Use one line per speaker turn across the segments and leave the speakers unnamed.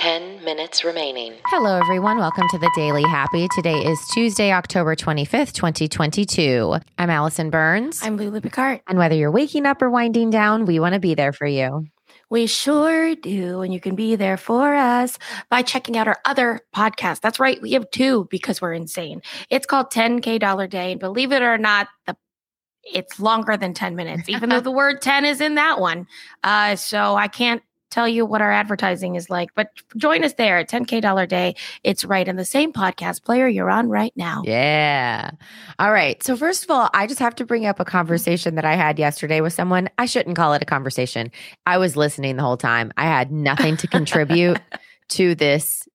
10 minutes remaining.
Hello, everyone. Welcome to the Daily Happy. Today is Tuesday, October 25th, 2022. I'm Allison Burns.
I'm Lulu Picard.
and whether you're waking up or winding down, we want to be there for you.
We sure do. And you can be there for us by checking out our other podcast. That's right. We have two because we're insane. It's called 10K Dollar Day. And believe it or not, the it's longer than 10 minutes, even though the word 10 is in that one. Uh, so I can't tell you what our advertising is like, but join us there at 10K Dollar Day. It's right in the same podcast player you're on right now.
Yeah. All right. So, first of all, I just have to bring up a conversation that I had yesterday with someone. I shouldn't call it a conversation. I was listening the whole time, I had nothing to contribute to this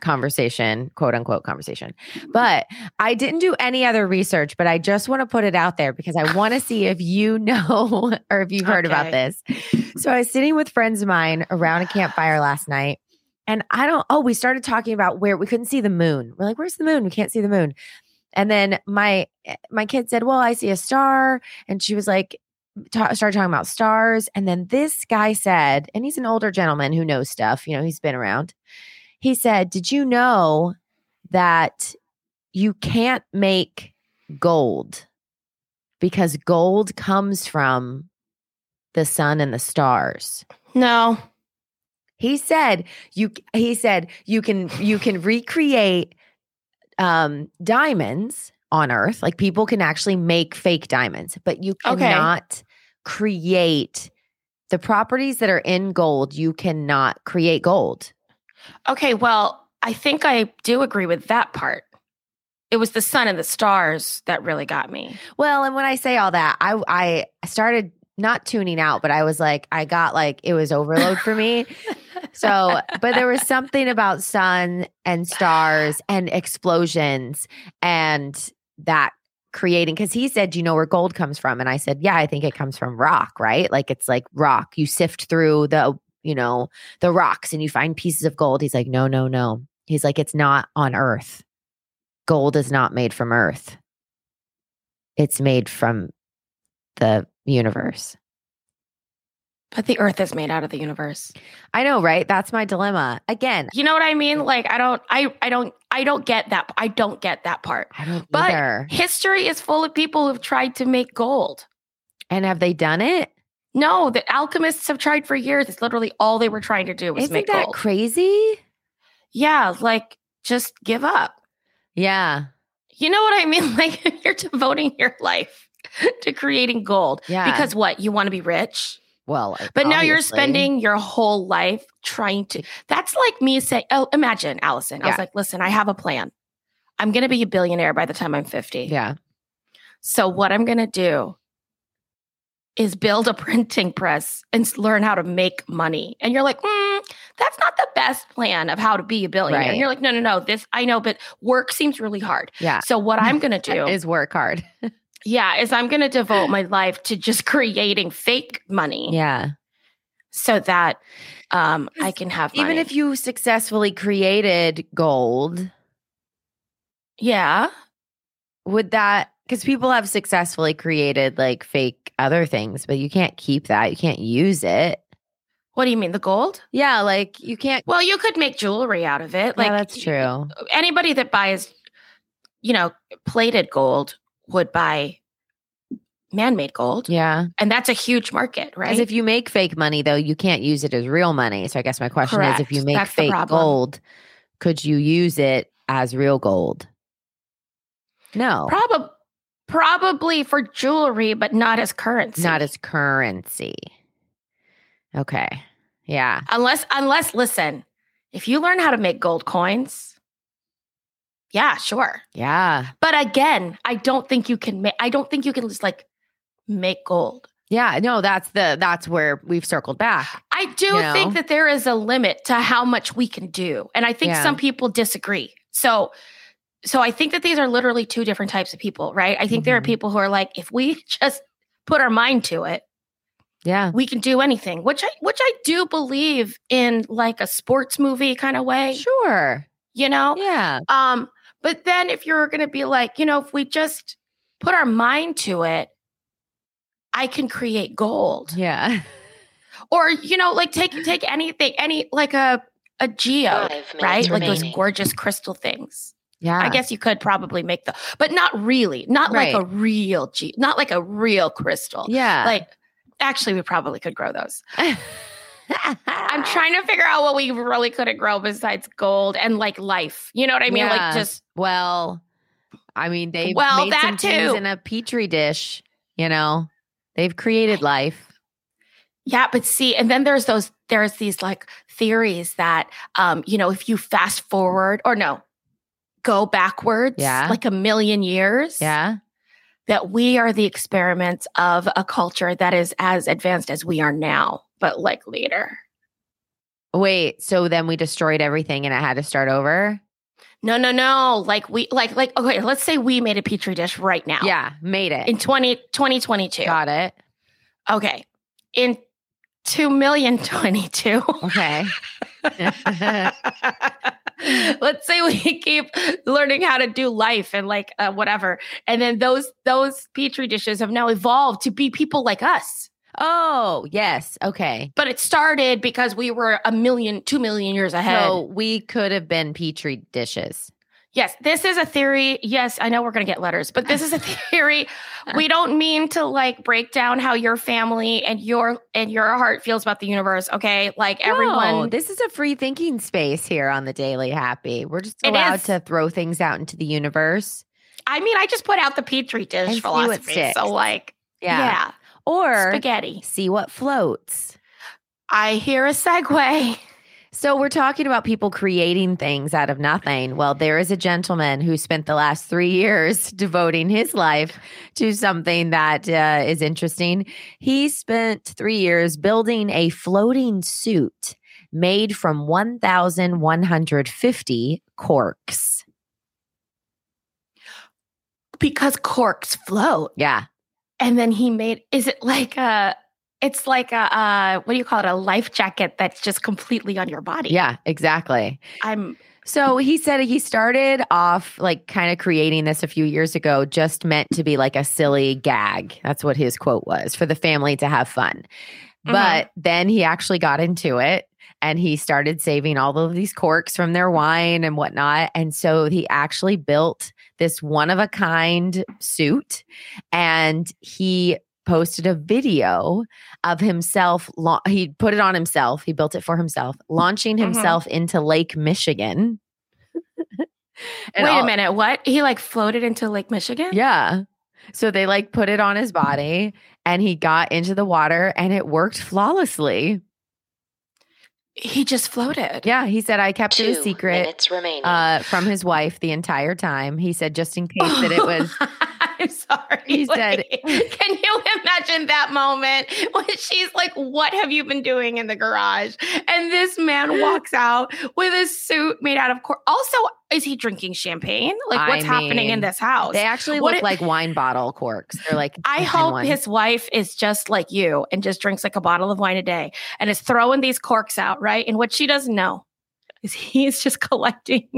conversation, quote unquote conversation. But I didn't do any other research, but I just want to put it out there because I want to see if you know or if you've heard about
Okay.
this. So I was sitting with friends of mine around a campfire last night. And I don't, oh, we started talking about where we couldn't see the moon. We're like, where's the moon? We can't see the moon. And then my my kid said, "Well, I see a star," and she was like, ta- started talking about stars. And then this guy said, and he's an older gentleman who knows stuff. You know, he's been around. He said, "Did you know that you can't make gold because gold comes from the sun and the stars?"
No.
He said you he said you can you can recreate um diamonds on earth. Like people can actually make fake diamonds, but you
Okay.
cannot create the properties that are in gold. You cannot create gold.
Okay, well, I think I do agree with that part. It was the sun and the stars that really got me.
Well, and when I say all that, I I started not tuning out, but I was like I got like it was overload for me. So, but there was something about sun and stars and explosions and that creating because he said, "Do you know where gold comes from?" And I said, "Yeah, I think it comes from rock, right? Like it's like rock. You sift through the you know the rocks and you find pieces of gold." He's like, "No, no, no." He's like, "It's not on Earth. Gold is not made from Earth. It's made from the universe."
But the earth is made out of the universe.
I know, right? That's my dilemma. Again,
You know what I mean? Like I don't I I don't I don't get that I don't get that part.
I don't
But-
either.
History is full of people who've tried to make gold.
And have they done it?
No, the alchemists have tried for years. It's literally all they were trying to do was
Isn't
make
that
gold.
crazy?
yeah, like just give up.
Yeah.
You know what I mean? Like you're devoting your life to creating gold.
Yeah.
Because what? You want to be rich?
well,
But now you're
obviously.
spending your whole life trying to. That's like me saying, oh, imagine, Allison. I
Yeah.
was like, listen, I have a plan. I'm going to be a billionaire by the time I'm 50.
Yeah.
So, what I'm going to do is build a printing press and s- learn how to make money. And you're like, mm, that's not the best plan of how to be a billionaire.
Right.
And you're like, no, no, no, this, I know, but work seems really hard.
Yeah.
So, what I'm going to do
Is work hard.
yeah, is I'm going to devote my life to just creating fake money.
Yeah.
so that um I can have
Even
money.
if you successfully created gold,
yeah
would that because people have successfully created like fake other things, but you can't keep that. You can't use it.
what do you mean the gold
Yeah, like you can't.
well you could make jewelry out of it
Like
like
that's true.
anybody that buys you know plated gold would buy man-made gold
Yeah,
and that's a huge market
because
right
if you make fake money though, you can't use it as real money. So I guess my question is, if you
Correct.
make
That's the
fake
problem.
gold, could you use it as real gold? No,
probably probably for jewelry but not as currency
not as currency. Okay. Yeah.
unless unless listen if you learn how to make gold coins yeah sure
Yeah.
But again, I don't think you can make. I don't think you can just like make gold.
Yeah, no, that's the that's where we've circled back.
I do
You know?
think that there is a limit to how much we can do, and I think
Yeah.
some people disagree. So, so I think that these are literally two different types of people, right? I think there are
Mhm.
people who are like, if we just put our mind to it,
Yeah,
we can do anything. Which I, which I do believe in, like a sports movie kind of way,
sure.
you know.
Yeah,
Um, but then if you're going to be like, you know, if we just put our mind to it, I can create gold.
yeah,
Or you know, like take take anything, any like a a geo,
Five minutes
right? Like those
remaining.
gorgeous crystal things.
Yeah.
I guess you could probably make the, but not really, not like
Right.
a real ge, not like a real crystal.
Yeah.
Like, actually, we probably could grow those. I'm
I'm
trying to figure out what we really couldn't grow besides gold and like life. You know what I mean?
Yeah.
Like just
Well, I mean, they've
Well,
made
that
some things
too.
in a petri dish. You know, they've created life.
Yeah, but see, and then there's those there's these like theories that um, you know, if you fast forward or no, go backwards
Yeah.
like a million years,
Yeah.
that we are the experiments of a culture that is as advanced as we are now, but like later.
Wait. So then we destroyed everything and it had to start over.
No, no, no. Like we like like okay, let's say we made a petri dish right now.
Yeah. Made it.
In 20, 2022.
Got it.
Okay. In 2 million 22.
Okay.
let's say we keep learning how to do life and like uh, whatever and then those those petri dishes have now evolved to be people like us
oh yes. Okay.
but it started because we were a million two million years ahead
So we could have been petri dishes.
yes this is a theory yes i know we're going to get letters but this is a theory we don't mean to like break down how your family and your and your heart feels about the universe okay like
No,
everyone
this is a free thinking space here on the Daily Happy. We're just
It
allowed
is.
to throw things out into the universe.
i mean i just put out the petri
And
dish
see what
philosophy
sticks.
so like
Yeah.
yeah
Or
spaghetti
see what floats.
I hear a segue.
So we're talking about people creating things out of nothing. Well, there is a gentleman who spent the last three years devoting his life to something that uh, is interesting. He spent three years building a floating suit made from 1,150 corks.
Because corks float.
Yeah.
And then he made is it like a it's like a uh what do you call it? A life jacket that's just completely on your body.
Yeah, exactly.
I'm
So he said he started off like kind of creating this a few years ago, just meant to be like a silly gag. That's what his quote was for the family to have fun. But then he actually got into it and he started saving all of these corks from their wine and whatnot. And so he actually built this one of a kind suit and he posted a video of himself lau- he put it on himself he built it for himself launching
Mm-hmm.
himself into lake michigan And
wait
all-
a minute, what? He like floated into Lake Michigan?
yeah. So they like put it on his body and he got into the water and it worked flawlessly.
He just floated.
Yeah. He said, I kept it a
Two
secret
minutes remaining.
uh, from his wife the entire time. He said, just in case that it was.
I'm sorry.
He said-
Wait. Can you imagine that moment when she's like, What have you been doing in the garage? And this man walks out with a suit made out of cork. Also, is he drinking champagne? Like,
I
what's happening
mean,
in this house?
They actually
What
look
it-
like wine bottle corks. They're like,
I
thin
hope
ones.
his wife is just like you and just drinks like a bottle of wine a day and is throwing these corks out, right? And what she doesn't know is he's just collecting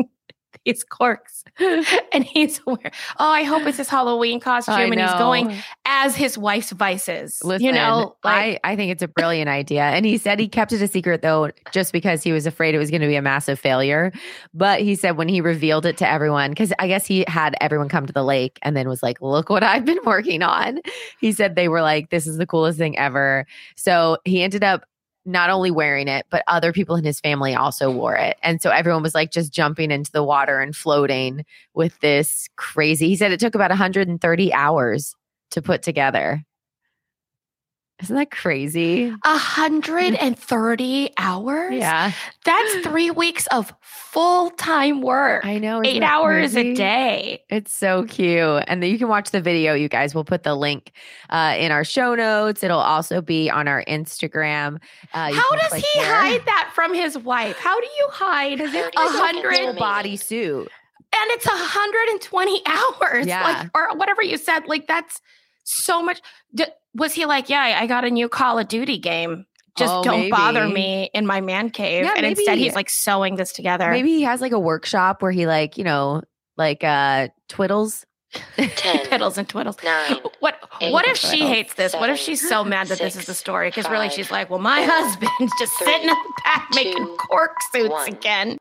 these corks and he's aware. Oh, I hope it's his Halloween costume
I
and he's
know.
going as his wife's vices.
Listen,
you know, like
I, I think it's a brilliant idea. And he said he kept it a secret though, just because he was afraid it was going to be a massive failure. But he said when he revealed it to everyone, because I guess he had everyone come to the lake and then was like, look what I've been working on. He said they were like, this is the coolest thing ever. So he ended up not only wearing it, but other people in his family also wore it. And so everyone was like just jumping into the water and floating with this crazy. He said it took about 130 hours to put together. Isn't that crazy?
130 hours.
Yeah.
That's three weeks of full time work.
I know. isn't
Eight
that
hours
crazy?
a day.
It's so cute. And then you can watch the video, you guys. We'll put the link uh, in our show notes. It'll also be on our Instagram. Uh, you
How
can
does
click
he
there.
hide that from his wife? How do you hide? And
Because if
a
you look at
hundred
the
Full body
remaining-
suit.
it's 120 hours.
Yeah.
Like, or whatever you said. Like, that's so much. D- was he like, yeah, I- I got a new Call of Duty game. Just
Oh,
don't bother
maybe.
me in my man cave.
Yeah,
and instead,
maybe.
he's like sewing this together.
Maybe he has like a workshop where he like, you know, like uh twiddles
Ten.
Tiddles and twiddles.
Nine.
What
Eight
what if
and
she
twelve,
hates this? what if
seven,
she's so mad that this is
six,
the story? Because really,
five,
she's like, well, my
four,
husband's just sitting in the back making
two,
cork suits
one.
again.